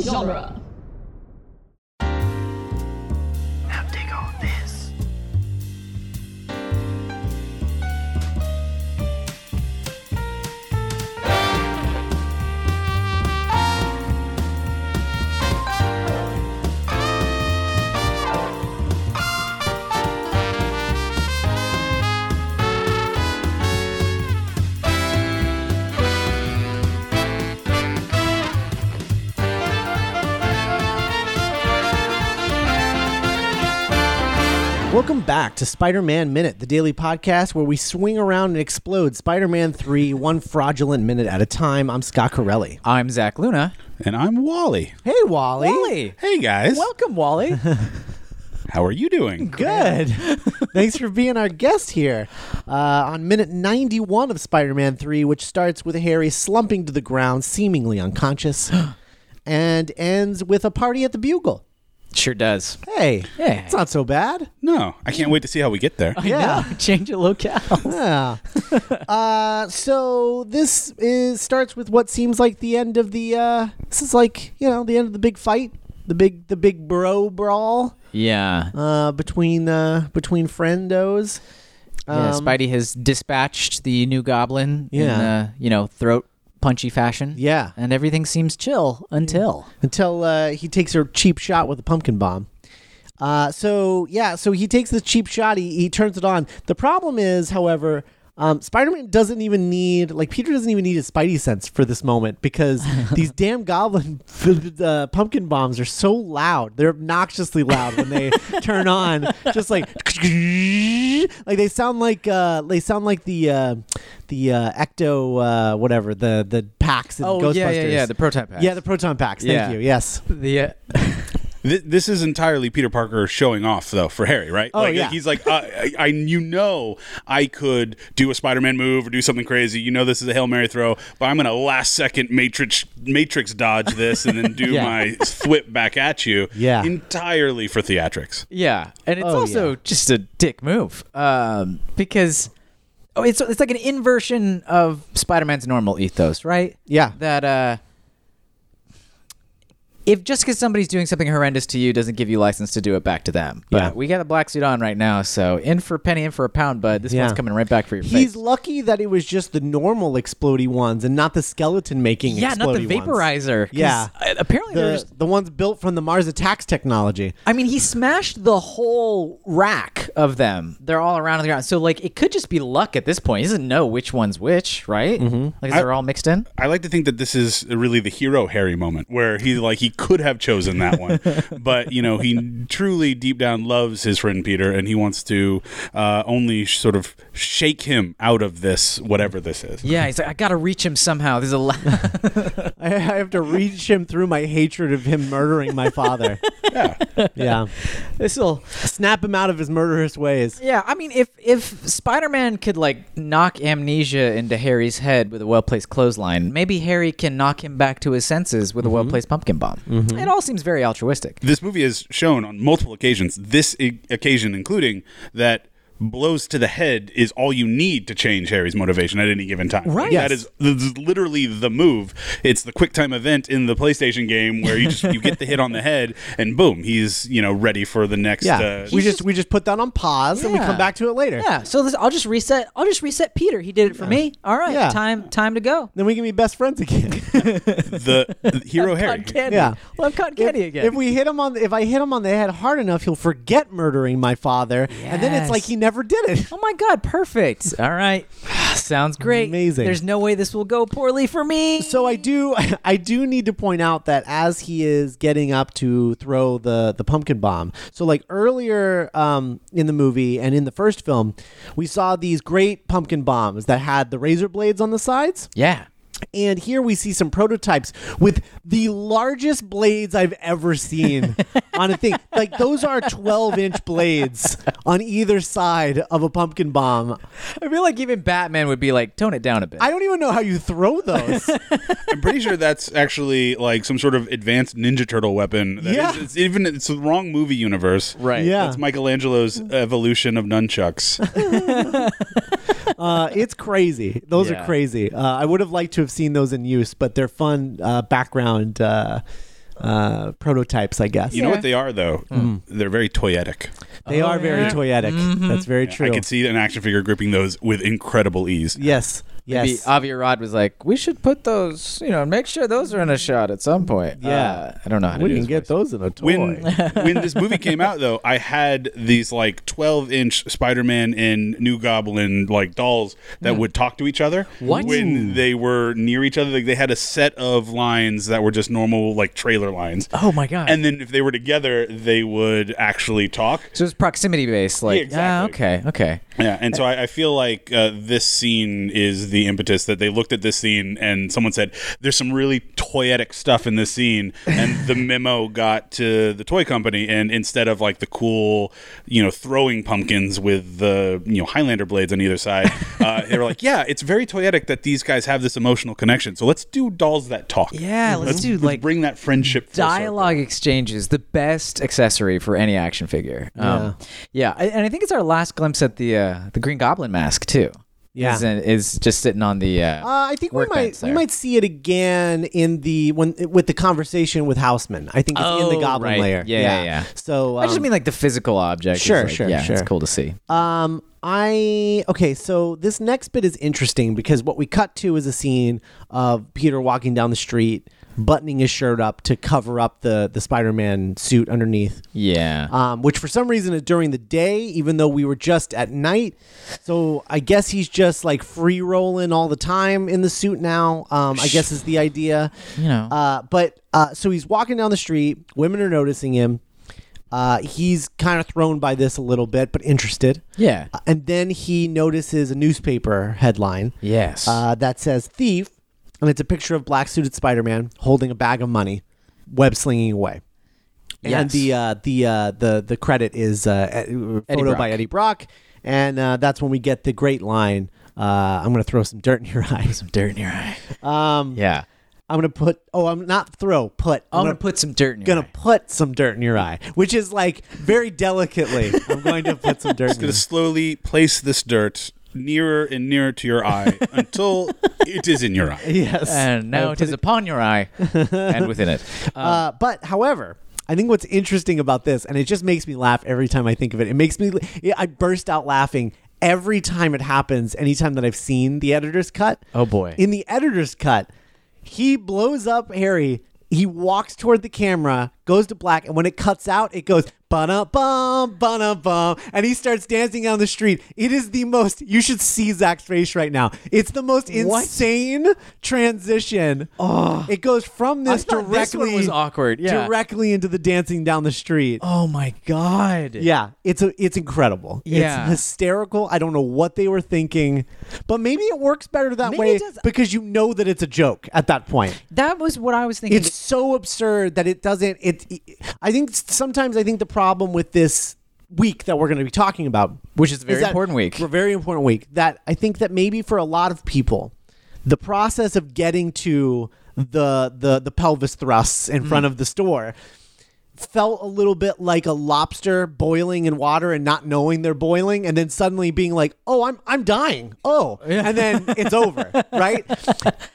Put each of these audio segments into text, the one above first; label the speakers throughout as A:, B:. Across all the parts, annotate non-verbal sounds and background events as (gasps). A: genre.
B: Now dig on this.
C: Welcome back to Spider Man Minute, the daily podcast where we swing around and explode Spider Man
D: (laughs)
C: 3 one fraudulent minute at a time. I'm Scott Corelli.
D: I'm Zach Luna.
E: And I'm Wally.
C: Hey, Wally.
E: Hey guys.
D: Welcome, (laughs) Wally.
E: How are you doing?
C: Good. (laughs) Thanks for being our guest here uh, on minute 91 of Spider Man 3, which starts with Harry slumping to the ground, seemingly
D: (gasps)
C: unconscious, and ends with a party at the Bugle.
D: sure does.
C: Hey,
D: Hey.
C: it's not so bad.
E: No, I can't wait to see how we get there.
C: Oh, Yeah.
D: Change of locale.
C: Yeah. (laughs) uh, so this is starts with what seems like the end of the. Uh, this is like you know the end of the big fight, the big the big bro brawl
D: yeah.
C: uh, between uh, between friendos.
D: yeah.
C: Um,
D: Spidey has dispatched the new goblin in,
C: Yeah.
D: uh, you know, throat punchy fashion.
C: Um, Yeah.
D: And everything seems chill until.
C: until uh, he takes a cheap shot with a pumpkin bomb. Uh, so yeah, so he takes this cheap shot. He, he turns it on. The problem is, however, um, Spider-Man doesn't even need like Peter doesn't even need his Spidey sense for this moment (laughs) because these damn goblin (laughs) uh, pumpkin bombs are so loud. They're obnoxiously loud when (laughs) they turn on. Just like (laughs) like they sound like uh, they sound like the uh, the uh, ecto uh, whatever the the packs in Ghostbusters.
D: prototype.
C: Oh, Yeah, the proton packs. Thank
D: Yeah.
C: you. Yes.
D: the uh,
E: Th- this is entirely Peter Parker showing off, though, for Harry, right?
C: Oh,
E: like,
C: yeah.
E: He's like, uh, I, I, you know, I could do a Spider-Man move or do something crazy. You know, this is a hail mary throw, but I'm gonna last second Matrix Matrix dodge this and
C: (laughs)
E: then do
D: Yeah.
E: my flip back at you.
C: Yeah.
E: entirely for theatrics.
D: Yeah, and it's
C: Oh,
D: also
C: yeah.
D: just a dick move um, because oh, it's it's like an inversion of Spider-Man's normal ethos, right?
C: Yeah.
D: That uh, if just because somebody's doing something horrendous to you doesn't give you license to do it back to them. But
C: Yeah.
D: we got a black suit on right now, so in for a penny, in for a pound, bud. This
C: Yeah.
D: one's coming right back for your
C: He's
D: face.
C: lucky that it was just the normal explodey ones and not the skeleton making.
D: Yeah, not the
C: explodey ones.
D: vaporizer. 'cause,
C: Yeah.
D: uh, apparently they're
C: The,
D: just
C: the ones built from the Mars attacks technology.
D: I mean, he smashed the whole rack of them. They're all around on the ground. So, like, it could just be luck at this point. He doesn't know which one's which, right? Mm-hmm. Like, they're all mixed in.
E: I like to think that this is really the hero Harry moment where he like he could have chosen that one, but you know he truly deep down loves his friend Peter and he wants to uh, only sh- sort of shake him out of this whatever this is.
D: Yeah, he's like, I gotta reach him somehow. There's a la- (laughs)
C: I, I have to reach him through my hatred of him murdering my
D: (laughs)
C: father. yeah. Yeah.
D: this will.
C: Snap him out of his murderous ways.
D: Yeah, I mean, if if Spider-Man could like knock amnesia into Harry's head with a well-placed clothesline, maybe Harry can knock him back to his senses with a
C: Mm-hmm.
D: well-placed pumpkin bomb. It all seems very altruistic.
E: This movie is shown on multiple occasions. This I- occasion, including that blows to the head, is all you need to change Harry's motivation at any given time.
D: Right.
E: That is, this is literally the move. It's the quick time event in the PlayStation game where you just you get the hit on the head and boom, he's you know ready for the next.
C: Yeah.
E: Uh,
C: we just we just put that on pause and we
D: Yeah.
C: come back to it later.
D: Yeah, so this, I'll just reset. I'll just reset Peter. He did it for me. All right,
C: Yeah.
D: time time to go.
C: Then we can be best friends
D: (laughs)
C: again.
E: the the hero Harry.
D: Cotton candy.
C: Yeah.
D: Love cotton candy again.
C: If we hit him on, the, if I hit him on the head hard enough, he'll forget murdering my father, and then it's
D: Yes.
C: like he never did it.
D: oh my God, perfect. All right. (sighs) Sounds great.
C: Amazing.
D: There's no way this will go poorly for me.
C: So I do (laughs) I do need to point out that as he is getting up to throw the the pumpkin bomb. So like earlier um, in the movie and in the first film, we saw these great pumpkin bombs that had the razor blades on the sides.
D: yeah.
C: And here we see some prototypes with the largest blades I've ever seen on a thing. Like those are 12 inch blades on either side of a pumpkin bomb.
D: I feel like even Batman would be like, tone it down a bit.
C: I don't even know how you throw those.
E: I'm pretty sure that's actually like some sort of advanced Ninja Turtle weapon. That is-
C: Yeah.
E: it's even it's the wrong movie universe.
D: Right.
C: Yeah.
E: That's Michelangelo's evolution of nunchucks.
C: Uh, it's crazy. Those
D: Yeah.
C: are crazy. Uh, I would have liked to have seen those in use, but they're fun uh, background uh, uh, prototypes, I guess.
E: You know what they are though?
D: Hmm.
E: They're very toyetic.
C: They
D: Oh,
C: are very
D: yeah. Mm-hmm.
C: toyetic. That's very true.
E: I could see an action figure gripping those with incredible ease.
C: Yes. Yes.
D: Maybe Avi Arad was like, "We should put those, you know, make sure those are in a shot at some point."
C: Yeah.
D: Uh, I don't know how to do
C: Wouldn't
D: his
C: you get
D: voice.
C: those in a toy? (laughs)
E: When when this movie came out though, I had these like 12 inch Spider Man and New Goblin like dolls that would talk to each other.
D: Hmm. What?
E: When they were near each other, like they had a set of lines that were just normal like trailer lines.
D: Oh my god!
E: And then if they were together, they would actually talk.
D: so it's proximity based, like,
E: Yeah, exactly.
D: ah, okay, okay.
E: Yeah, and so I, I feel like uh, this scene is the impetus that they looked at this scene and someone said, "There's some really toyetic stuff in this scene,"
D: (laughs)
E: and the memo got to the toy company, and instead of like the cool, you know, throwing pumpkins with the you know Highlander blades on either
D: (laughs)
E: side, uh, they were like, "Yeah, it's very toyetic that these guys have this emotional connection, so let's do dolls that talk."
D: Yeah, let's do
E: Let's
D: like
E: bring that friendship full circle.
D: dialogue exchanges the best accessory for any action figure um, yeah, I- and i think it's our last glimpse at the uh, the green goblin mask too
C: Yeah.
D: is, in- is just sitting on the uh,
C: Uh, I think we might
D: workbench
C: we
D: there.
C: might see it again in the when with the conversation with Houseman. I think it's in
D: Oh,
C: the Goblin
D: right.
C: layer.
D: Yeah, yeah, yeah.
C: So
D: i just
C: um,
D: mean like the physical object is,
C: Sure,
D: like,
C: sure,
D: yeah
C: sure.
D: it's cool to see
C: Um, I okay. So this next bit is interesting because what we cut to is a scene of Peter walking down the street, buttoning his shirt up to cover up the the Spider Man suit underneath.
D: yeah
C: Um, which for some reason is during the day, even though we were just at night. So I guess he's just like free rolling all the time in the suit now. Um, I guess is the idea.
D: you know
C: Uh, but uh, so he's walking down the street. Women are noticing him. Uh, he's kind of thrown by this a little bit, but interested.
D: yeah
C: Uh, and then he notices a newspaper headline
D: yes
C: uh, that says "thief," and it's a picture of black suited Spider Man holding a bag of money, web slinging away. And
D: Yes.
C: the uh, the uh, the the credit is uh, uh, photo
D: Brock.
C: by Eddie Brock, and uh, that's when we get the great line. Uh, I'm gonna throw some dirt in your eyes.
D: some dirt in your eye
C: Um,
D: yeah
C: I'm gonna put. Oh, I'm not throw. Put.
D: i'm gonna put some dirt in your
C: gonna
D: eye.
C: put some dirt in your eye, which is like very delicately. I'm going to put some
D: (laughs)
C: dirt. in your
E: going to slowly place this dirt nearer and nearer to your eye until it is in your eye.
C: Yes.
D: and now
C: I'm
D: Uh, it is upon your (laughs) eye and within it
C: Uh, but however, I think what's interesting about this, and it just makes me laugh every time I think of it. It makes me, yeah, I burst out laughing every time it happens. Anytime that I've seen the editor's cut.
D: Oh, boy.
C: In the editor's cut, he blows up Harry. He walks toward the camera, goes to black, and when it cuts out, it goes bum bum bum bum, and he starts dancing down the street. It is the most. You should see Zach's face right now. It's the most
D: What?
C: insane transition. Oh, it goes from this
D: I thought
C: directly
D: this one was awkward, yeah.
C: directly into the dancing down the street.
D: oh my god
C: Yeah, it's a, it's incredible.
D: Yeah.
C: It's hysterical. I don't know what they were thinking, but maybe it works better that
D: Maybe
C: way
D: it does.
C: because you know that it's a joke at that point.
D: that was what i was thinking
C: It's so absurd that it doesn't it I think s- sometimes I think the problem with this week that we're going to be talking about,
D: Which is a very
C: that-
D: important week.
C: a very important week that I think that maybe for a lot of people, the process of getting to the the the pelvis thrusts in
D: Mm.
C: front of the store felt a little bit like a lobster boiling in water and not knowing they're boiling and then suddenly being like oh i'm i'm dying oh and then it's
D: (laughs)
C: over right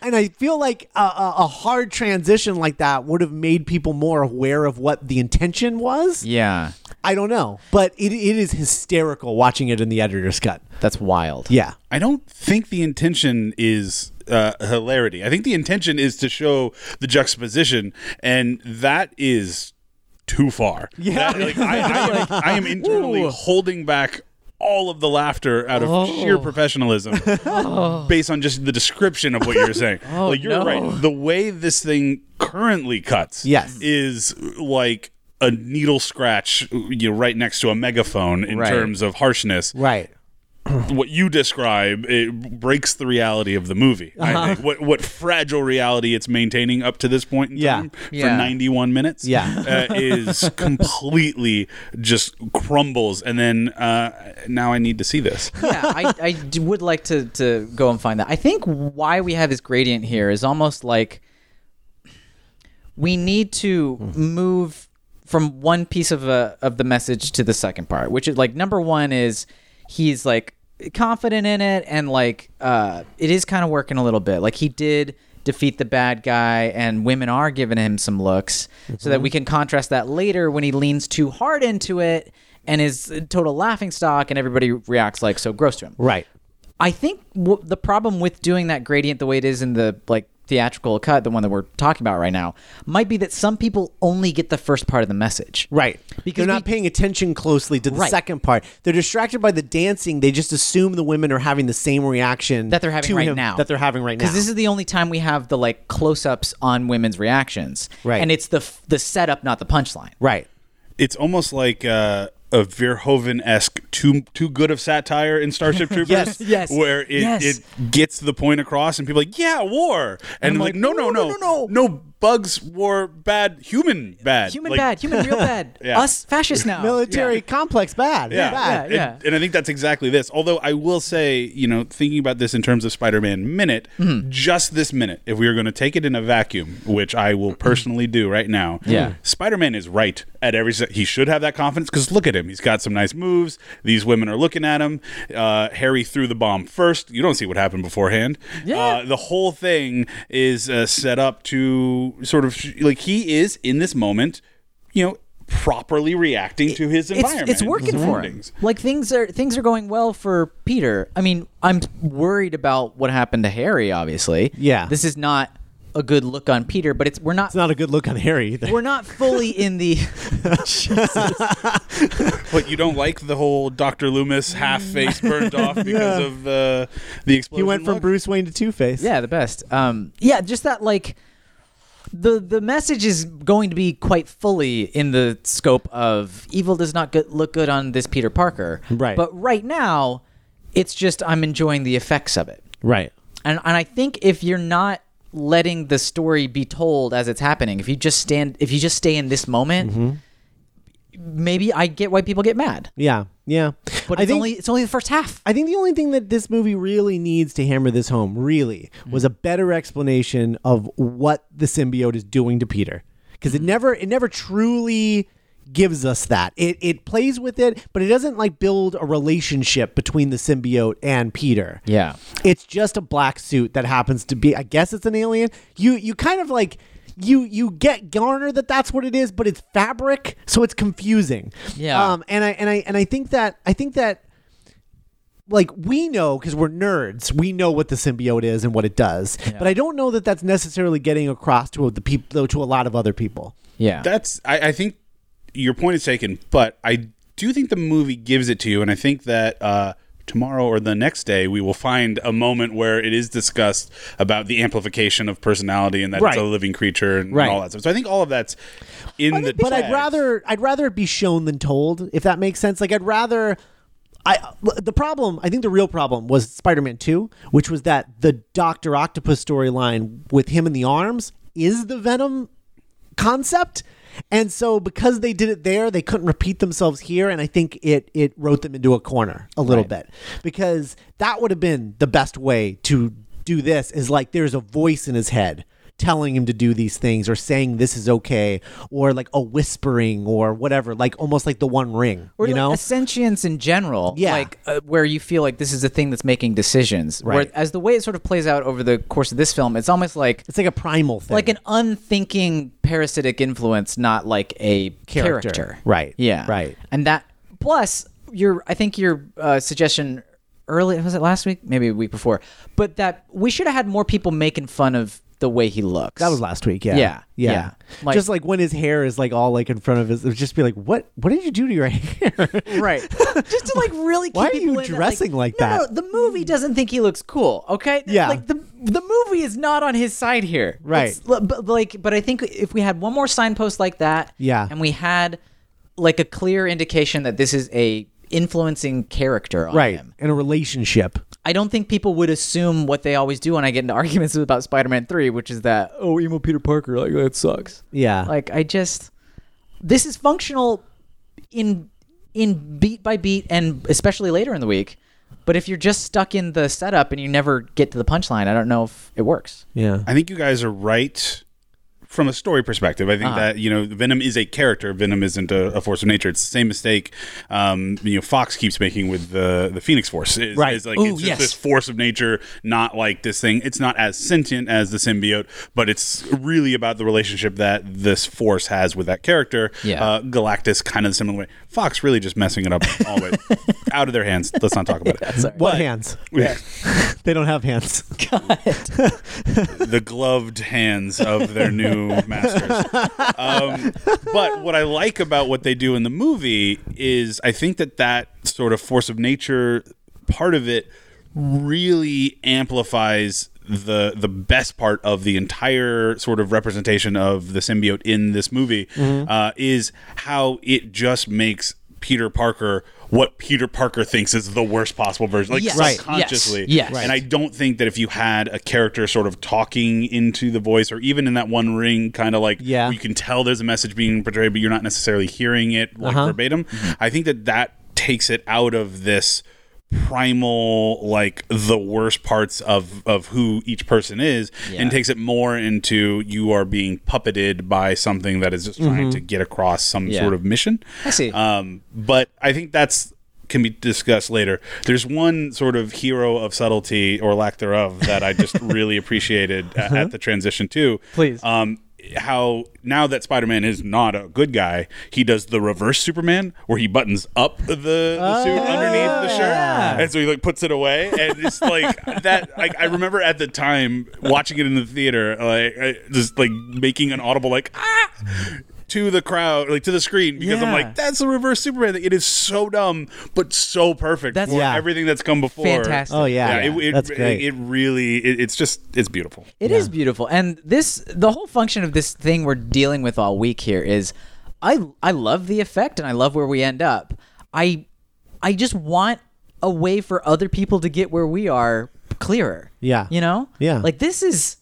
C: and i feel like a, a, a hard transition like that would have made people more aware of what the intention was
D: yeah
C: i don't know but it, it is hysterical watching it in the editor's cut
D: that's wild
C: yeah
E: I don't think the intention is uh, hilarity. I think the intention is to show the juxtaposition, and that is too far. Yeah, like, I, I, am, I am internally holding back all of the laughter out of sheer professionalism based on just the description of what you're saying. like you're
D: no.
E: right. The way this thing currently cuts
C: Yes.
E: is like a needle scratch you know, right next to a megaphone in
D: Right.
E: terms of harshness
C: right
E: what you describe it breaks the reality of the movie. I think. What what fragile reality it's maintaining up to this point in
C: Yeah.
E: time for
D: Yeah.
E: 91 minutes
C: Yeah.
E: uh, is completely just crumbles and then uh, now I need to see this.
D: yeah, I, I d- would like to, to go and find that. I think why we have this gradient here is almost like we need to move from one piece of a, of the message to the second part, which is like number one is he's like confident in it and like uh, it is kind of working a little bit. Like he did defeat the bad guy, and women are giving him some looks, so that we can contrast that later when he leans too hard into it and is a total laughing stock, and everybody reacts like so gross to him.
C: Right.
D: I think w- the problem with doing that gradient the way it is in the like theatrical cut, the one that we're talking about right now, might be that some people only get the first part of the message.
C: Right.
D: Because
C: Because they're not
D: we-
C: paying attention closely to the
D: Right.
C: second part. They're distracted by the dancing. They just assume the women are having the same reaction
D: That they're having
C: to
D: right
C: him
D: now.
C: That they're having right now.
D: Because this is the only time we have the like close-ups on women's reactions,
C: Right.
D: And it's the f- the setup, not the punchline.
C: right.
E: it's almost like uh, a Verhoeven esque too too good of satire in Starship Troopers.
C: Yes,
D: yes,
E: where it,
D: yes.
E: it gets the point across, and people are like, yeah, war, and,
C: I'm
E: like, no, no, no, no, no, bugs war bad, human bad,
D: Human
E: Like,
D: bad,
C: (laughs)
D: human real bad.
E: Yeah.
D: Us fascists
C: Oh,
D: now.
C: Military complex bad.
E: Yeah,
C: Bad.
E: And, and I think that's exactly this. Although I will say, you know, thinking about this in terms of Spider-Man minute, just this minute, if we are going to take it in a vacuum, which I will personally do right now,
D: Yeah.
E: Spider-Man is right at every. se- He should have that confidence because look at him. He's got some nice moves. These women are looking at him. Uh, Harry threw the bomb first. You don't see what happened beforehand.
D: Yeah.
E: Uh, the whole thing is uh, set up to sort of like he is in this moment, you know. Properly reacting to his
D: It's,
E: environment.
D: it's working
C: Mm-hmm.
E: his
D: for him.
E: surroundings.
D: Like things are things are going well for Peter. I mean, I'm worried about what happened to Harry. Obviously,
C: Yeah.
D: This is not a good look on Peter, but it's we're not
C: It's not a good look on Harry either.
D: we're not fully in the
E: But you don't like the whole Doctor Loomis half
D: Mm.
E: face burned
D: (laughs)
E: off because of uh, the
C: (laughs)
E: the
C: He
E: explosion.
C: went from
E: look?
C: Bruce Wayne to Two Face.
D: (laughs) yeah the best um yeah just that like the the message is going to be quite fully in the scope of evil does not good, look good on this Peter Parker
C: Right.
D: but right now it's just I'm enjoying the effects of it
C: Right.
D: and and I think if you're not letting the story be told as it's happening if you just stand if you just stay in this moment maybe I get why people get mad
C: Yeah. Yeah.
D: but
C: Mm-hmm. I
D: it's
C: think,
D: only it's only the first half
C: I think the only thing that this movie really needs to hammer this home, really, was a better explanation of what the symbiote is doing to Peter, because it never it never truly gives us that. It it plays with it, but it doesn't like build a relationship between the symbiote and Peter.
D: yeah
C: It's just a black suit that happens to be. I guess it's an alien. You you kind of like you you get garner that that's what it is, but it's fabric, so it's confusing.
D: Yeah.
C: Um. And I and I and I think that I think that like we know because we're nerds, we know what the symbiote is and what it does. But I don't know that that's necessarily getting across to the people to a lot of other people.
D: yeah
E: That's I, I think your point is taken, but I do think the movie gives it to you, and I think that uh, tomorrow or the next day we will find a moment where it is discussed about the amplification of personality and that
C: Right.
E: it's a living creature and,
C: Right.
E: all that stuff. So I think all of that's in the.
C: but I'd
E: text.
C: rather I'd rather it be shown than told, if that makes sense. Like I'd rather I the problem I think the real problem was Spider-Man 2, which was that the Doctor Octopus storyline with him in the arms is the Venom concept. And so because they did it there, they couldn't repeat themselves here and I think it it wrote them into a corner a little bit because that would have been the best way to do this is like there's a voice in his head telling him to do these things or saying this is okay or like a whispering or whatever like almost like the one ring
D: or
C: you
D: like
C: know
D: a sentience in general
C: Yeah.
D: like uh, where you feel like this is a thing that's making decisions
C: Right.
D: as the way it sort of plays out over the course of this film it's almost like
C: it's like a primal thing
D: like an unthinking parasitic influence not like a character,
C: Character. Right.
D: yeah
C: Right.
D: and that plus your i think your uh, suggestion early was it last week maybe a week before but that we should have had more people making fun of the way he looks
C: that was last week yeah
D: Yeah,
C: yeah,
D: yeah. Like-
C: just like when his hair is like all like in front of his it would just be like what what did you do to your (laughs) hair
D: right (laughs) just to like really keep
C: Why are you
D: people in that,
C: dressing like
D: no,
C: that?
D: no, the movie doesn't think he looks cool okay
C: Yeah.
D: like the the movie is not on his side here
C: Right.
D: It's- l- but like but i think if we had one more signpost like that
C: Yeah.
D: and we had like a clear indication that this is a influencing character on
C: right
D: him
C: in a relationship
D: i don't think people would assume what they always do when i get into arguments (laughs) about spider-man 3 which is that oh emo peter parker like that sucks
C: yeah
D: like I just this is functional in in beat by beat and especially later in the week. But if you're just stuck in the setup and you never get to the punchline, I don't know if it works.
C: yeah
E: I think you guys are right from a story perspective, I think
D: Uh-huh.
E: that you know Venom is a character. Venom isn't a, a force of nature. It's the same mistake um, you know Fox keeps making with the the Phoenix Force. Is,
C: Right.
E: Is like
D: Ooh,
E: it's just
D: yes.
E: this force of nature, not like this thing. It's not as sentient as the symbiote, but it's really about the relationship that this force has with that character.
D: Yeah.
E: Uh, Galactus kind of similar way. Fox really just messing it up always
D: (laughs)
E: out of their hands. Let's not talk about it.
C: What hands? (laughs)
E: (laughs)
C: They don't have hands.
E: the gloved hands of their new masters. Um, but what I like about what they do in the movie is I think that that sort of force of nature part of it really amplifies the the best part of the entire sort of representation of the symbiote in this movie uh, is how it just makes Peter Parker what Peter Parker thinks is the worst possible version like
D: Yes. Right. Yes.
E: subconsciously
D: Yes.
E: and I don't think that if you had a character sort of talking into the voice, or even in that one ring, kind of like
C: Yeah.
E: you can tell there's a message being portrayed, but you're not necessarily hearing it like
C: Uh-huh.
E: verbatim. I think that that takes it out of this primal like the worst parts of of who each person is and takes it more into you are being puppeted by something that is just trying
C: Mm-hmm.
E: to get across some
D: Yeah.
E: sort of mission
D: I see.
C: Uh,
E: um, but I think that's can be discussed later. There's one sort of hero of subtlety or lack thereof that I just really appreciated a- at the transition too.
D: Please.
E: Um, how now that Spider-Man is not a good guy, he does the reverse Superman, where he buttons up the, the suit underneath the shirt, and so he like puts it away, and it's like
D: (laughs)
E: that. Like I remember at the time watching it in the theater, like I, just like making an audible like ah to the crowd, like to the screen, because I'm
D: Yeah.
E: like that's the reverse Superman. It is so dumb, but so perfect
D: That's-
E: for
C: Yeah.
E: everything that's come before.
D: Fantastic.
C: Oh yeah,
E: it, it,
C: that's
E: it-
C: great.
E: It, really, it, it's just, it's beautiful.
D: It is beautiful. And this the whole function of this thing we're dealing with all week here is I I love the effect and I love where we end up. I I just want a way for other people to get where we are clearer.
C: Yeah.
D: You know?
C: Yeah.
D: Like this is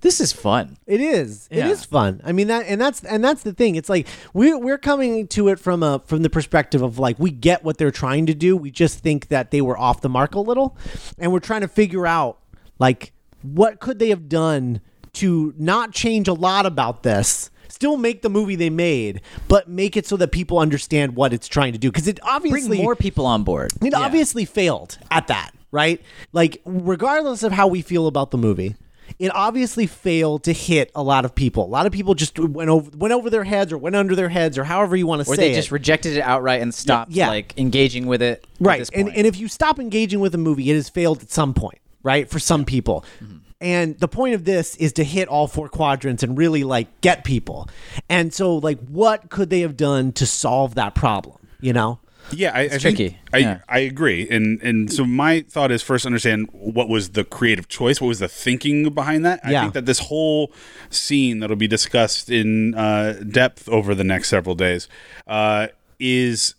D: this is fun.
C: It is. It
D: Yeah.
C: is fun. I mean that, and that's and that's the thing. It's like we're we're coming to it from a from the perspective of like we get what they're trying to do. We just think that they were off the mark a little, and we're trying to figure out like what could they have done to not change a lot about this. Still make the movie they made, but make it so that people understand what it's trying to do. Because it
D: Bring
C: obviously
D: more people on board.
C: it obviously failed at that, right? Like, regardless of how we feel about the movie, it obviously failed to hit a lot of people. A lot of people just went over went over their heads or went under their heads or however you want to
D: Or
C: say
D: they
C: it.
D: just rejected it outright and stopped
C: Yeah.
D: like engaging with it. at
C: right.
D: this
C: And
D: point.
C: and if you stop engaging with a movie, it has failed at some point, right? For some people.
D: Mm-hmm.
C: And the point of this is to hit all four quadrants and really like get people. And so like what could they have done to solve that problem, you know?
E: Yeah, I, I Think
D: tricky.
E: I,
D: Yeah.
E: I agree, and and
C: Mm.
E: so my thought is first understand what was the creative choice, what was the thinking behind that. I
C: Yeah.
E: think that this whole scene that'll be discussed in uh, depth over the next several days uh, is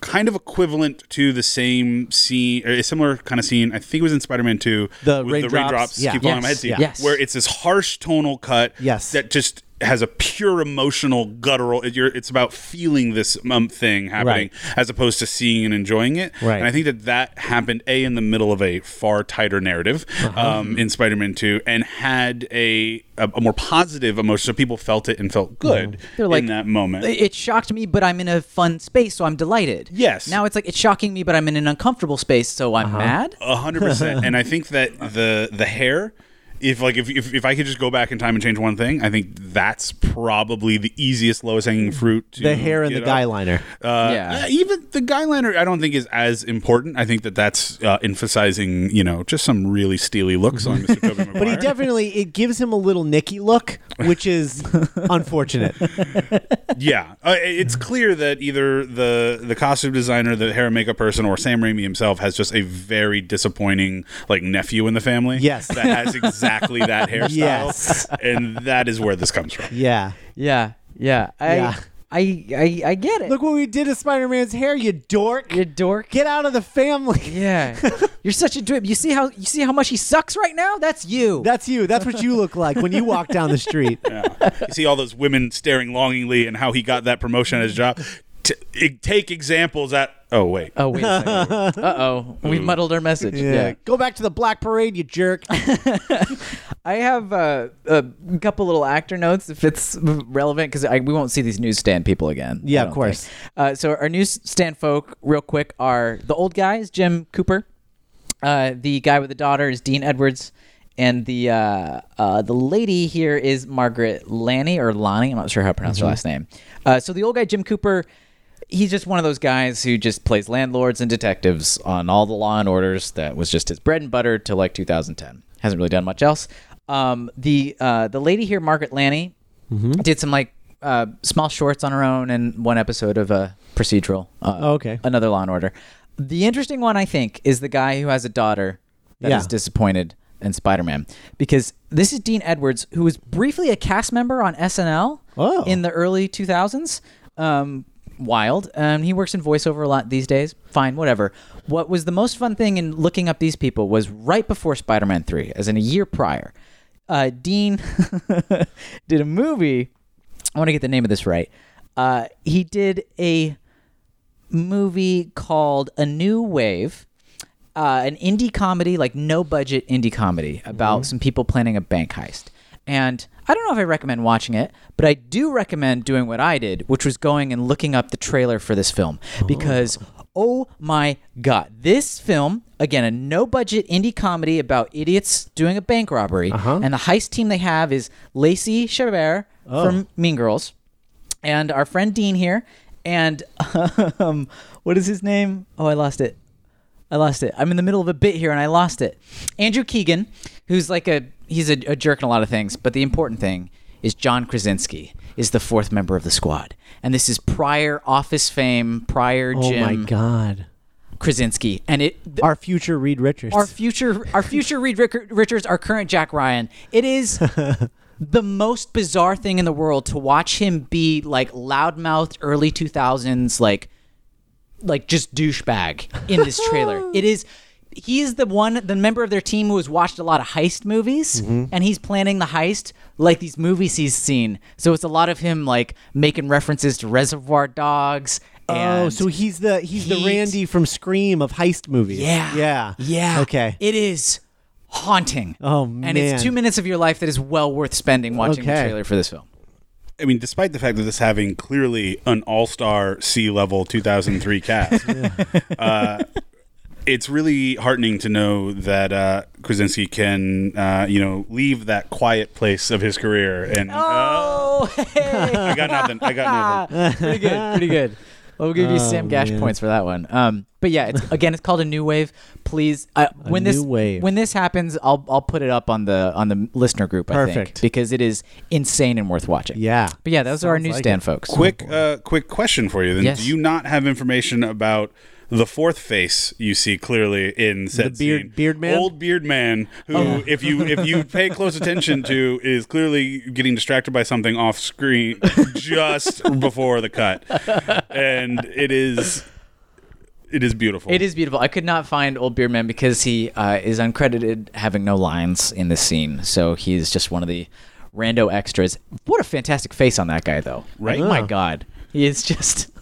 E: kind of equivalent to the same scene, or a similar kind of scene. I think it was in Spider-Man Two,
C: The
E: with
C: raindrops.
E: the raindrops
C: Yeah.
E: keep falling on my head
D: Yes.
E: scene,
D: Yeah. Yes.
E: where it's this harsh tonal cut
C: Yes.
E: that just has a pure emotional guttural it- you're, it's about feeling this um, thing happening as opposed to seeing and enjoying it
C: Right.
E: and i think that that happened a in the middle of a far tighter narrative
C: Uh-huh.
E: um, in spider-man 2 and had a, a, a more positive emotion so people felt it and felt good
D: They're like,
E: in that moment
D: it it shocked me, but I'm in a fun space, so I'm delighted.
E: Yes.
D: Now it's like it's shocking me, but I'm in an uncomfortable space, so I'm mad.
E: A hundred percent. And I think
C: (laughs)
E: that the the hair, if like if, if if I could just go back in time and change one thing, I think that's probably the easiest lowest hanging fruit. To
C: The hair and the
E: get
C: guy
E: up.
C: liner.
E: Uh,
D: Yeah.
E: uh, Even the guy liner, I don't think is as important. I think that that's uh, emphasizing you know just some really steely looks on Mr. Toby Maguire.
C: (laughs) But he definitely it gives him a little Nicky look, which
D: (laughs)
C: is unfortunate.
E: yeah, uh, it's clear that either the the costume designer, the hair and makeup person, or Sam Raimi himself has just a very disappointing like nephew in the family.
C: Yes.
E: that has exactly
C: (laughs)
E: that hairstyle.
C: Yes.
E: and that is where this comes from.
C: Yeah.
D: Yeah. Yeah. I,
C: Yeah.
D: I, I, I get it.
C: Look what we did to Spider Man's hair, you dork.
D: you dork.
C: Get out of the family.
D: (laughs)
C: (laughs)
D: yeah. You're such a dwib. You see how you see how much he sucks right now? That's you.
C: That's you. That's what you look like when you walk down the street.
E: You see all those women staring longingly, and how he got that promotion at his job. t- e- take examples at. Oh wait,
D: Oh wait. Uh
C: (laughs)
D: oh. We muddled our message. yeah.
C: Go back to the Black Parade, you jerk.
D: I have uh, a couple little actor notes if it's relevant because we won't see these newsstand people again.
C: Yeah,
D: I
C: of
D: don't
C: course.
D: think. Uh, so our newsstand folk, real quick, are the old guys, Jim Cooper. Uh, the guy with the daughter is Dean Edwards, and the uh, uh, the lady here is Margaret Lanny or Lonnie. I'm not sure how to pronounce her last name. Uh, so the old guy, Jim Cooper. He's just one of those guys who just plays landlords and detectives on all the Law and Orders. That was just his bread and butter till like 2010. Hasn't really done much else. Um, the uh, the lady here, Margaret Lanny, did some like uh, small shorts on her own and one episode of a procedural. Uh,
C: Oh, okay.
D: another Law and Order. The interesting one, I think, is the guy who has a daughter that is
C: Yeah.
D: disappointed in Spider-Man because this is Dean Edwards, who was briefly a cast member on SNL
C: Oh.
D: in the early 2000s. Um, wild. Um, he works in voiceover a lot these days. Fine, whatever. What was the most fun thing in looking up these people was right before Spider-Man 3, as in a year prior. Uh, Dean (laughs) did a movie. I want to get the name of this right. Uh, he did a movie called A New Wave, uh, an indie comedy, like no budget indie comedy about some people planning a bank heist. And I don't know if I recommend watching it, but I do recommend doing what I did, which was going and looking up the trailer for this film because oh my god, this film again a no budget indie comedy about idiots doing a bank robbery, and the heist team they have is Lacey Chabert from Mean Girls and our friend Dean here, and (laughs) um, what is his name? Oh, I lost it. I lost it. I'm in the middle of a bit here, and I lost it. Andrew Keegan, who's like a he's a, a jerk in a lot of things, but the important thing is John Krasinski is the fourth member of the squad, and this is prior Office fame, prior
C: oh my
D: Jim
C: God.
D: Krasinski, and it th-
C: Our future Reed Richards.
D: our future our future Reed Rick- Richards, our current Jack Ryan.
C: (laughs)
D: It is the most bizarre thing in the world to watch him be like loudmouthed early 2000s like like just douchebag in this
C: (laughs)
D: trailer. it is he is the one the member of their team who has watched a lot of heist movies
C: Mm-hmm.
D: and he's planning the heist like these movies he's seen. So it's a lot of him like making references to Reservoir Dogs and
C: oh, so he's the he's the
D: Heat.
C: Randy from Scream of heist movies.
D: Yeah.
C: Yeah.
D: Yeah.
C: Okay.
D: It is haunting.
C: Oh,
D: And
C: man.
D: it's two minutes of your life that is well worth spending watching the
C: Okay.
D: trailer for this film.
E: I mean, despite the fact that this having clearly an all-star C-level 2003 cast, uh, it's really heartening to know that uh, Krasinski can, uh, you know, leave that quiet place of his career. And uh,
D: (laughs) Oh, hey.
E: I got nothing. I got nothing.
C: (laughs)
D: pretty good. Pretty good. Well, we'll give
C: Oh,
D: you Sam Gash points for that one. Um, but yeah, it's, again, it's called a new wave. Please, uh, when this
C: New Wave.
D: when this happens, I'll I'll put it up on the on the listener group. I think,
C: Perfect.
D: because it is insane and worth watching.
C: Yeah.
D: But yeah, those are our
C: Sounds like
D: newsstand
C: it. Oh,
D: folks.
E: Quick, uh, quick question for you. Then,
D: Yes.
E: do you not have information about? The fourth face you see clearly in said
C: The beard-
E: scene.
C: beard man? Oh.
E: old beard man, who (laughs) if you if you pay close attention to is clearly getting distracted by something off screen (laughs) just before the cut, and it is it is beautiful.
D: It is beautiful. I could not find Old Beard Man because he uh, is uncredited, having no lines in this scene. So he is just one of the rando extras. What a fantastic face on that guy, though.
E: Right?
D: Oh my
C: Yeah.
D: God. He is just.
C: (laughs)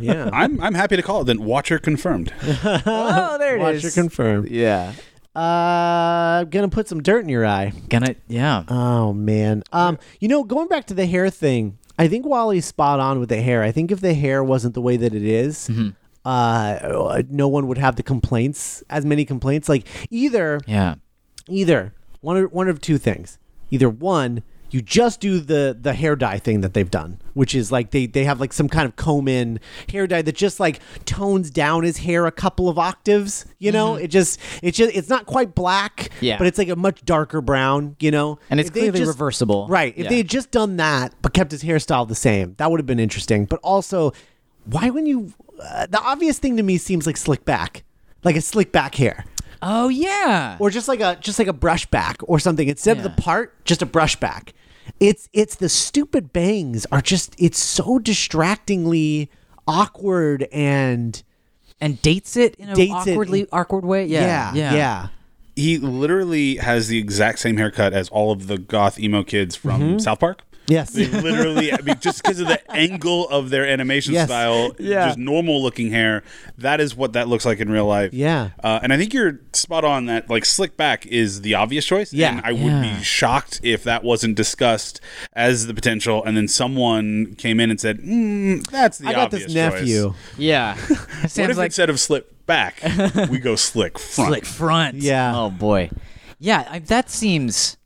C: Yeah.
E: I'm I'm happy to call it then. Watcher confirmed.
D: oh, there it is.
C: Watcher confirmed.
D: yeah.
C: Uh, gonna put some dirt in your eye.
D: Gonna. Yeah.
C: Oh man. Um, you know, going back to the hair thing, I think Wally's spot on with the hair. I think if the hair wasn't the way that it is, uh, no one would have the complaints as many complaints. Like either,
D: yeah.
C: either one of one of two things. Either one, you just do the the hair dye thing that they've done, which is like they they have like some kind of comb in hair dye that just like tones down his hair a couple of octaves. You know, it just it's just it's not quite black,
D: Mm-hmm. Yeah.
C: but it's like a much darker brown. You know,
D: And it's
C: If they
D: clearly
C: just-
D: reversible.
C: right? If
D: Yeah.
C: they had just done that but kept his hairstyle the same, that would have been interesting. But also, why wouldn't you? Uh, the obvious thing to me seems like slick back, like a slick back hair
D: Oh, yeah.
C: or just like a just like a brush back or something instead of
D: Yeah.
C: the part just a brush back it's it's the stupid bangs are just it's so distractingly awkward and
D: and dates it in an
C: Dates it
D: awkwardly
C: in-
D: awkward way. Yeah.
C: yeah yeah, Mm-hmm.
E: He literally has the exact same haircut as all of the goth emo kids from South Park.
C: Yes. (laughs)
E: They literally, I mean, just because of the angle of their animation
C: Yes.
E: style,
D: Yeah.
E: just normal looking hair, that is what that looks like in real life.
C: Yeah.
E: Uh, and I think you're spot on that, like, slick back is the obvious choice.
C: Yeah.
E: And I
D: Yeah.
E: would be shocked if that wasn't discussed as the potential. And then someone came in and said, mm, that's the
C: I got
E: obvious
C: this nephew.
E: choice."
C: (laughs)
D: Yeah.
E: What
D: Sam's
E: if
D: like
E: instead of slick back, we go slick front?
D: slick front.
C: Yeah.
D: Oh boy. Yeah, I, that seems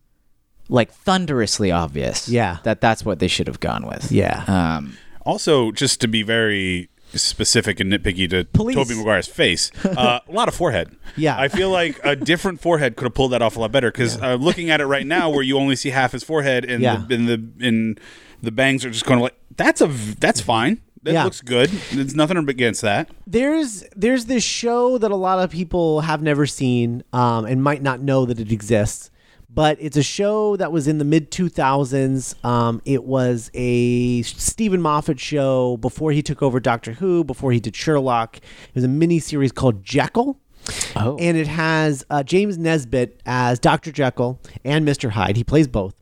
D: like thunderously obvious.
C: Yeah.
D: That that's what they should have gone with.
C: Yeah.
D: Um.
E: Also, just to be very specific and nitpicky to
C: Please.
E: Toby Maguire's face,
C: (laughs)
E: uh, a lot of forehead.
C: Yeah.
E: I feel like a different forehead could have pulled that off a lot better because uh, looking at it right now, where you only see half his forehead and
C: Yeah.
E: the, and the and the bangs are just kind of like that's a v- that's fine. That
C: Yeah.
E: looks good. There's nothing against that.
C: there's there's this show that a lot of people have never seen um, and might not know that it exists but it's a show that was in the mid 2000s um, it was a stephen moffat show before he took over doctor who before he did sherlock it was a mini series called jekyll
D: Oh.
C: and it has uh, james nesbitt as dr jekyll and mr hyde he plays both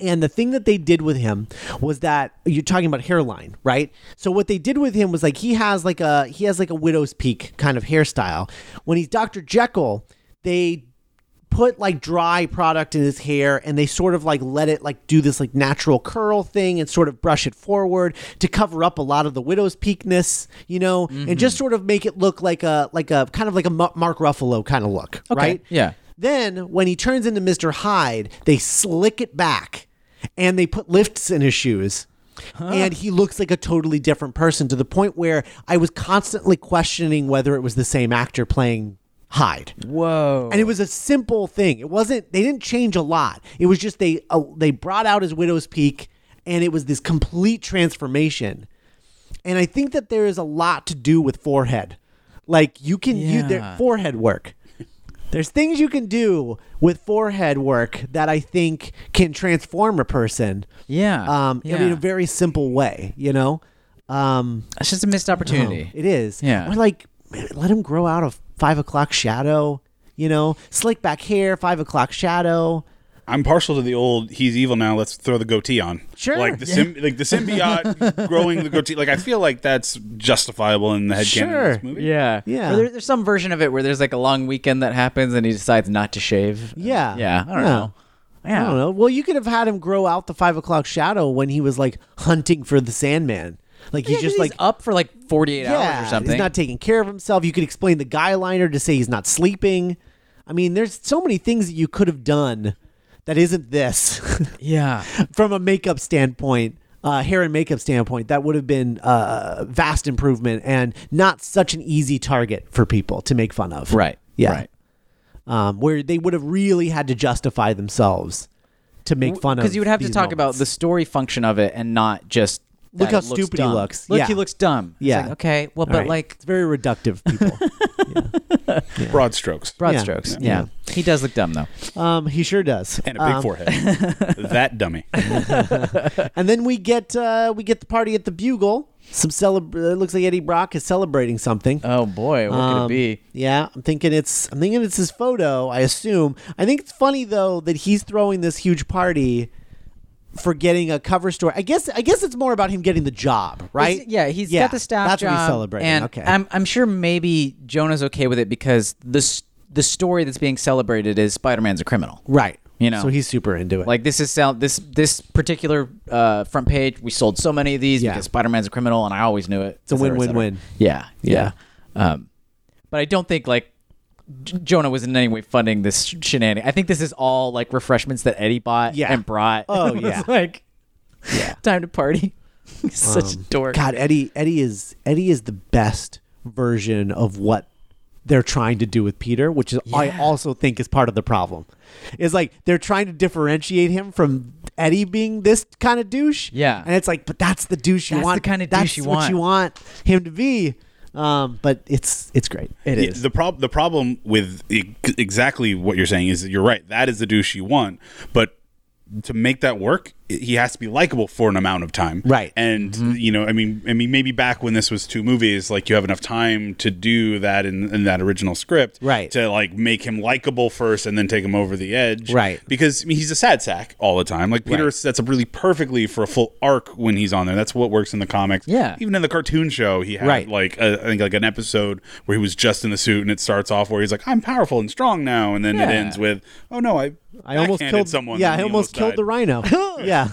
C: and the thing that they did with him was that you're talking about hairline, right? So what they did with him was like he has like a he has like a widow's peak kind of hairstyle. When he's Dr. Jekyll, they put like dry product in his hair and they sort of like let it like do this like natural curl thing and sort of brush it forward to cover up a lot of the widow's peakness, you know, and just sort of make it look like a like a kind of like a Ma- Mark Ruffalo kind of look, right?
D: Yeah.
C: Then, when he turns into Mr. Hyde, they slick it back and they put lifts in his shoes. And he looks like a totally different person to the point where I was constantly questioning whether it was the same actor playing Hyde.
D: Whoa.
C: And it was a simple thing. It wasn't. They didn't change a lot. It was just they uh, they brought out his widow's peak, and it was this complete transformation. And I think that there is a lot to do with forehead. Like you can use their
D: Yeah.
C: forehead work. There's things you can do with forehead work that I think can transform a person.
D: Yeah.
C: Um, I
D: Yeah.
C: mean, in a very simple way, you know. Um,
D: It's just a missed opportunity.
C: it is.
D: Oh. Yeah.
C: Or like, man, let him grow out a five o'clock shadow. You know, slick back hair, five o'clock shadow.
E: I'm partial to the old "he's evil now." Let's throw the goatee on.
C: Sure.
E: like the sym- like
C: (laughs)
E: the symbiote growing the goatee. Like I feel like that's justifiable in the headcanon of
C: Sure.
E: this movie.
D: yeah.
C: Yeah.
D: Or there- there's some version of it where there's like a long weekend that happens and he decides not to shave.
C: Yeah.
D: Yeah. I don't
C: Yeah.
D: know. Yeah.
C: I don't know. Well, you could have had him grow out the five o'clock shadow when he was like hunting for the Sandman. Like
D: Yeah,
C: he's just
D: 'cause
C: like
D: up for like 48
C: yeah,
D: hours or something.
C: he's not taking care of himself. You could explain the guy liner to say he's not sleeping. I mean, there's so many things that you could have done that isn't this. (laughs)
D: yeah.
C: from a makeup standpoint, uh, hair and makeup standpoint, that would have been uh, vast improvement and not such an easy target for people to make fun of.
D: Right.
C: Yeah.
D: Right.
C: Um, where they would have really had to justify themselves to make fun of.
D: because you would have to
C: these
D: talk about
C: moments.
D: the story function of it and not just
C: Look
D: that
C: how
D: it looks
C: stupid he
D: dumb.
C: looks.
D: Look,
C: Yeah.
D: he looks dumb. It's
C: Yeah.
D: like, okay. Well,
C: All
D: but
C: right.
D: like
C: it's very reductive,
D: (laughs)
C: people.
E: Broad strokes
D: broad
C: Yeah.
D: strokes.
C: Yeah.
D: Yeah. he does look dumb though.
C: um, he sure does.
E: and a big
C: Um, (laughs)
E: forehead. that dummy.
C: And then we get uh, we get the party at the Bugle. Some celeb- it looks like Eddie Brock is celebrating something.
D: Oh boy, what
C: Um,
D: could it be?
C: Yeah, I'm thinking it's I'm thinking it's his photo. I assume. I think it's funny though that he's throwing this huge party for getting a cover story. I guess I guess it's more about him getting the job, right?
D: He's- yeah, he's
C: Yeah,
D: got the staff
C: that's what
D: job.
C: he's celebrating.
D: And
C: Okay.
D: I'm, I'm sure maybe Jonah's okay with it because the s- the story that's being celebrated is Spider-Man's a criminal.
C: right.
D: You know.
C: so he's super into it.
D: Like this is sell this this particular uh, front page. We sold so many of these
C: Yeah.
D: because Spider-Man's a criminal, and I always knew it. It's
C: a win-win-win.
D: Yeah, yeah. Um, but I don't think like J- Jonah was in any way funding this sh- shenanigan. I think this is all like refreshments that Eddie bought
C: Yeah.
D: and brought.
C: Oh,
D: (laughs) It was
C: yeah.
D: like (laughs) time to party. He's Such a dork.
C: Um, God, Eddie Eddie is Eddie is the best version of what they're trying to do with Peter, which is I
D: Yeah.
C: also think is part of the problem. Is like they're trying to differentiate him from Eddie being this kind of douche.
D: Yeah.
C: And it's like, but that's the douche you
D: That's the
C: want.
D: kind of
C: That's
D: douche you
C: what
D: want.
C: you want him to be. Um, but it's it's great.
D: It
E: Yeah,
D: is.
E: The problem the problem with e- exactly what you're saying is that you're right. That is the douche you want, but to make that work, i- he has to be likable for an amount of time,
C: Right. Mm-hmm.
E: And you know, I mean, I mean, maybe back when this was two movies, like you have enough time to do that in, in that original script,
C: Right.
E: To like make him likable first, and then take him over the edge,
C: Right.
E: Because I mean, he's a sad sack all the time. Like Peter
C: Right.
E: sets up really perfectly for a full arc when he's on there. That's what works in the comics,
D: Yeah.
E: Even in the cartoon show, he had
C: Right.
E: like a, I think like an episode where he was just in the suit, and it starts off where he's like, "I'm powerful and strong now," and then it
D: Yeah.
E: ends with, "Oh no, I."
C: I almost
E: backhanded
C: killed
E: someone.
C: Yeah,
E: and
C: I
E: he
C: almost killed
E: died."
C: the rhino. (laughs) yeah,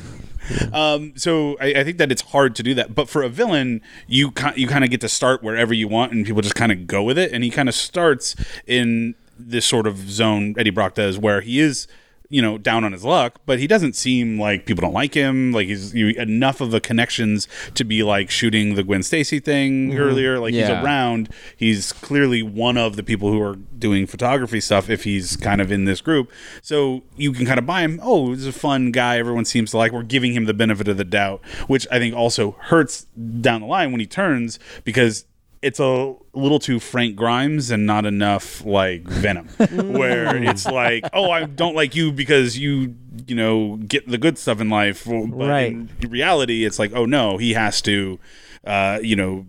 E: Um, so I, I think that it's hard to do that. But for a villain, you ki- you kind of get to start wherever you want, and people just kind of go with it. And he kind of starts in this sort of zone Eddie Brock does, where he is. You know, down on his luck, but he doesn't seem like people don't like him. Like he's you, enough of the connections to be like shooting the Gwen Stacy thing earlier. Like he's
D: Yeah.
E: around. He's clearly one of the people who are doing photography stuff. If he's kind of in this group, so you can kind of buy him. Oh, he's a fun guy. Everyone seems to like. We're giving him the benefit of the doubt, which I think also hurts down the line when he turns because. It's a little too Frank Grimes and not enough like Venom, where it's like, oh, I don't like you because you, you know, get the good stuff in life. But
C: Right.
E: in reality, it's like, oh no, he has to, uh, you know,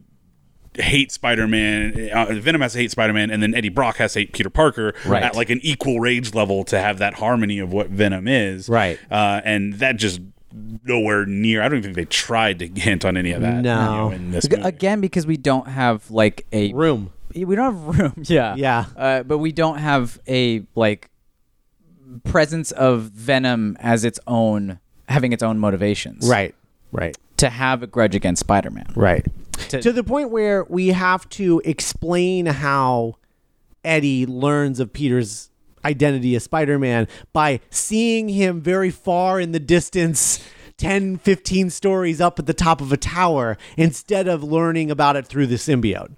E: hate Spider-Man. Uh, Venom has to hate Spider-Man, and then Eddie Brock has to hate Peter Parker
D: Right.
E: at like an equal rage level to have that harmony of what Venom is.
C: Right.
E: Uh, and that just nowhere near. I don't even think they tried to hint on any of that.
C: No.
E: you know, in this
D: Ag-
E: movie.
D: Again, because we don't have like a
C: room.
D: we don't have (laughs) room. Yeah.
C: Yeah.
D: Uh, but we don't have a like presence of Venom as its own having its own motivations.
C: Right, right,
D: To have a grudge against Spider-Man.
C: right. To, the point where we have to explain how Eddie learns of Peter's identity as Spider-Man by seeing him very far in the distance. 10 15 stories up at the top of a tower instead of learning about it through the symbiote.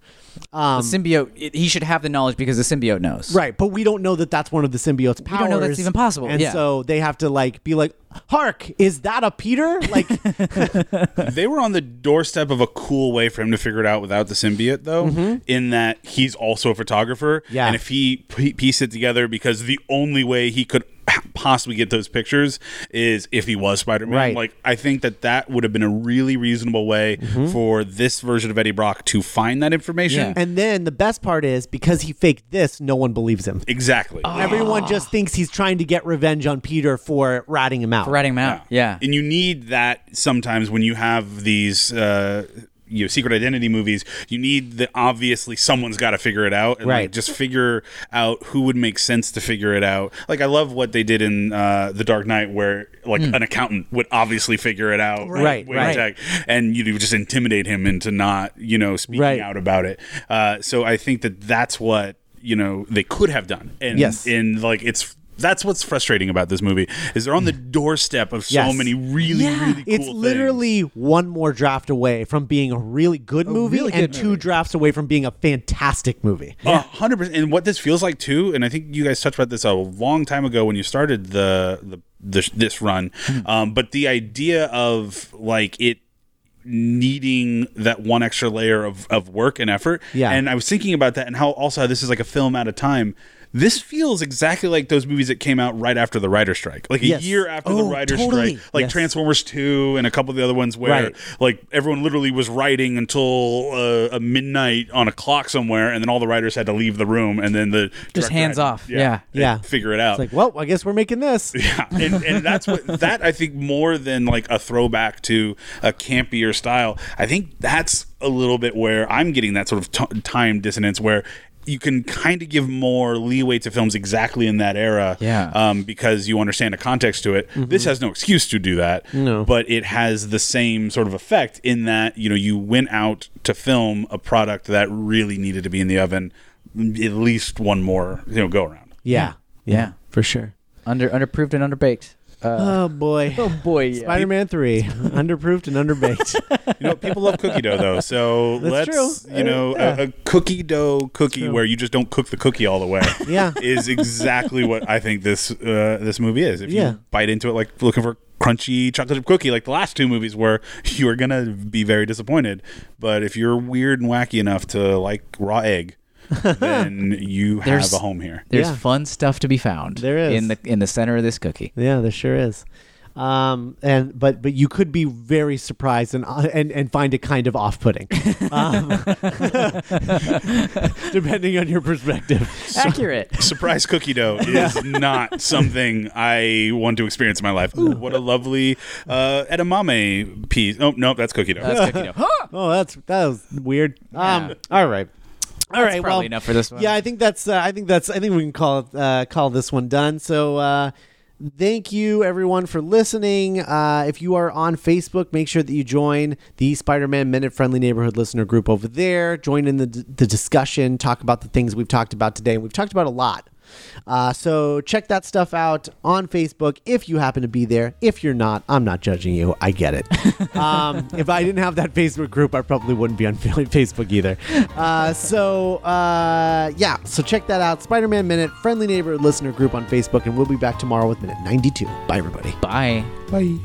D: The symbiote it, he should have the knowledge because the symbiote knows.
C: Right, but we don't know that that's one of the symbiote's powers.
D: don't know that's even possible,
C: And
D: yeah.
C: so they have to like be like, "Hark, is that a Peter?"
D: (laughs)
C: Like,
E: they were on the doorstep of a cool way for him to figure it out without the symbiote, though, in that he's also a photographer.
C: Mm-hmm. Yeah.
E: And if he p- pieced it together, because the only way he could possibly get those pictures is if he was Spider-Man.
C: Right.
E: Like, I think that that would have been a really reasonable way for this version of Eddie Brock to find that information.
D: Yeah.
C: Mm-hmm. and then the best part is because he faked this, no one believes him.
E: Exactly.
C: Everyone just thinks he's trying to get revenge on Peter for ratting him out.
D: Writing him out. Yeah.
E: And you need that sometimes when you have these uh you know, secret identity movies, you need the obviously someone's got to figure it out, and like,
C: Right.
E: just figure out who would make sense to figure it out. Like I love what they did in uh, the Dark Knight, where like an accountant would obviously figure it out,
C: Hmm. Right,
E: Wait,
C: right.
E: check. and you would just intimidate him into not, you know, speaking
C: Right.
E: out about it. Uh, so I think that that's what you know they could have done, and
C: Yes.
E: and like it's. That's what's frustrating about this movie is they're on the
C: Hmm.
E: doorstep of so
C: Yes.
E: many really really cool
C: it's
E: things.
C: literally one more draft away from being a really good movie
D: really
C: and
D: good
C: two drafts away from being a fantastic movie.
E: A hundred percent. And what this feels like too, and I think you guys touched about this a long time ago when you started the the this, this run,
C: Hmm.
E: um, but the idea of like it needing that one extra layer of, of work and effort.
C: Yeah.
E: And I was thinking about that and how also how this is like a film at a time. This feels exactly like those movies that came out right after the writer strike. Like a
C: Yes.
E: year after the
C: Oh,
E: writer
C: totally.
E: strike. Like
C: Yes.
E: Transformers 2 and a couple of the other ones where
C: Right.
E: like everyone literally was writing until uh, a midnight on a clock somewhere and then all the writers had to leave the room and then the director
D: hands
E: had to-
D: off. Yeah.
C: Yeah.
E: Figure it out.
C: It's like, well, I guess we're making this.
E: (laughs) Yeah, and, and that's what that I think more than like a throwback to a campier style. I think that's a little bit where I'm getting that sort of t- time dissonance where you can kind of give more leeway to films exactly in that era,
D: Yeah.
E: um, because you understand a context to it. This has no excuse to do that, no, but it has the same sort of effect in that you know you went out to film a product that really needed to be in the oven at least one more you know go around.
C: Yeah.
D: Yeah.
C: for sure.
D: Under underproved and underbaked. Uh,
C: (laughs) Oh boy.
D: oh boy. yeah.
C: Spider-Man (laughs) 3, underproofed and (laughs) underbaked.
E: You know, people love cookie dough though. So
C: (laughs) That's
E: let's,
C: true.
E: you know, a, a cookie dough cookie where you just don't cook the cookie all the way.
C: (laughs) Yeah.
E: is exactly what I think this uh, this movie is. If
C: Yeah.
E: you bite into it like looking for crunchy chocolate chip cookie, like the last two movies were, (laughs) you're gonna be very disappointed. But if you're weird and wacky enough to like
C: (laughs)
E: raw egg, then you have
D: There's-
E: a home here.
D: There's
C: Yeah.
D: fun stuff to be found.
C: There is. (laughs)
D: in the in the center of this cookie.
C: Yeah, there sure is. Um, and but but you could be very surprised and uh, and, and find it kind of (laughs) off-putting, um, depending on your perspective.
D: Accurate.
E: Surprise cookie dough is not something I want to experience in my life. Ooh, what a lovely uh, edamame piece. Oh, no, that's cookie dough.
D: That's cookie dough.
C: (laughs) Oh, that's that was weird. Um,
D: Yeah.
C: all right. all right.
D: That's probably
C: well,
D: enough for this one.
C: Yeah, I think that's. Uh, I think that's. I think we can call it, uh, call this one done. So, uh, thank you everyone for listening. Uh, if you are on Facebook, make sure that you join the Spider-Man Minute Friendly Neighborhood Listener Group over there. Join in the the discussion. Talk about the things we've talked about today, and we've talked about a lot. Uh, so check that stuff out on Facebook if you happen to be there. If you're not, I'm not judging you. I get it. um, if I didn't have that Facebook group, I probably wouldn't be on (laughs) Facebook either. Uh, so uh, yeah, so check that out. Spider-Man Minute, friendly neighborhood listener group on Facebook, and we'll be back tomorrow with Minute 92. Bye, everybody.
D: Bye.
E: Bye.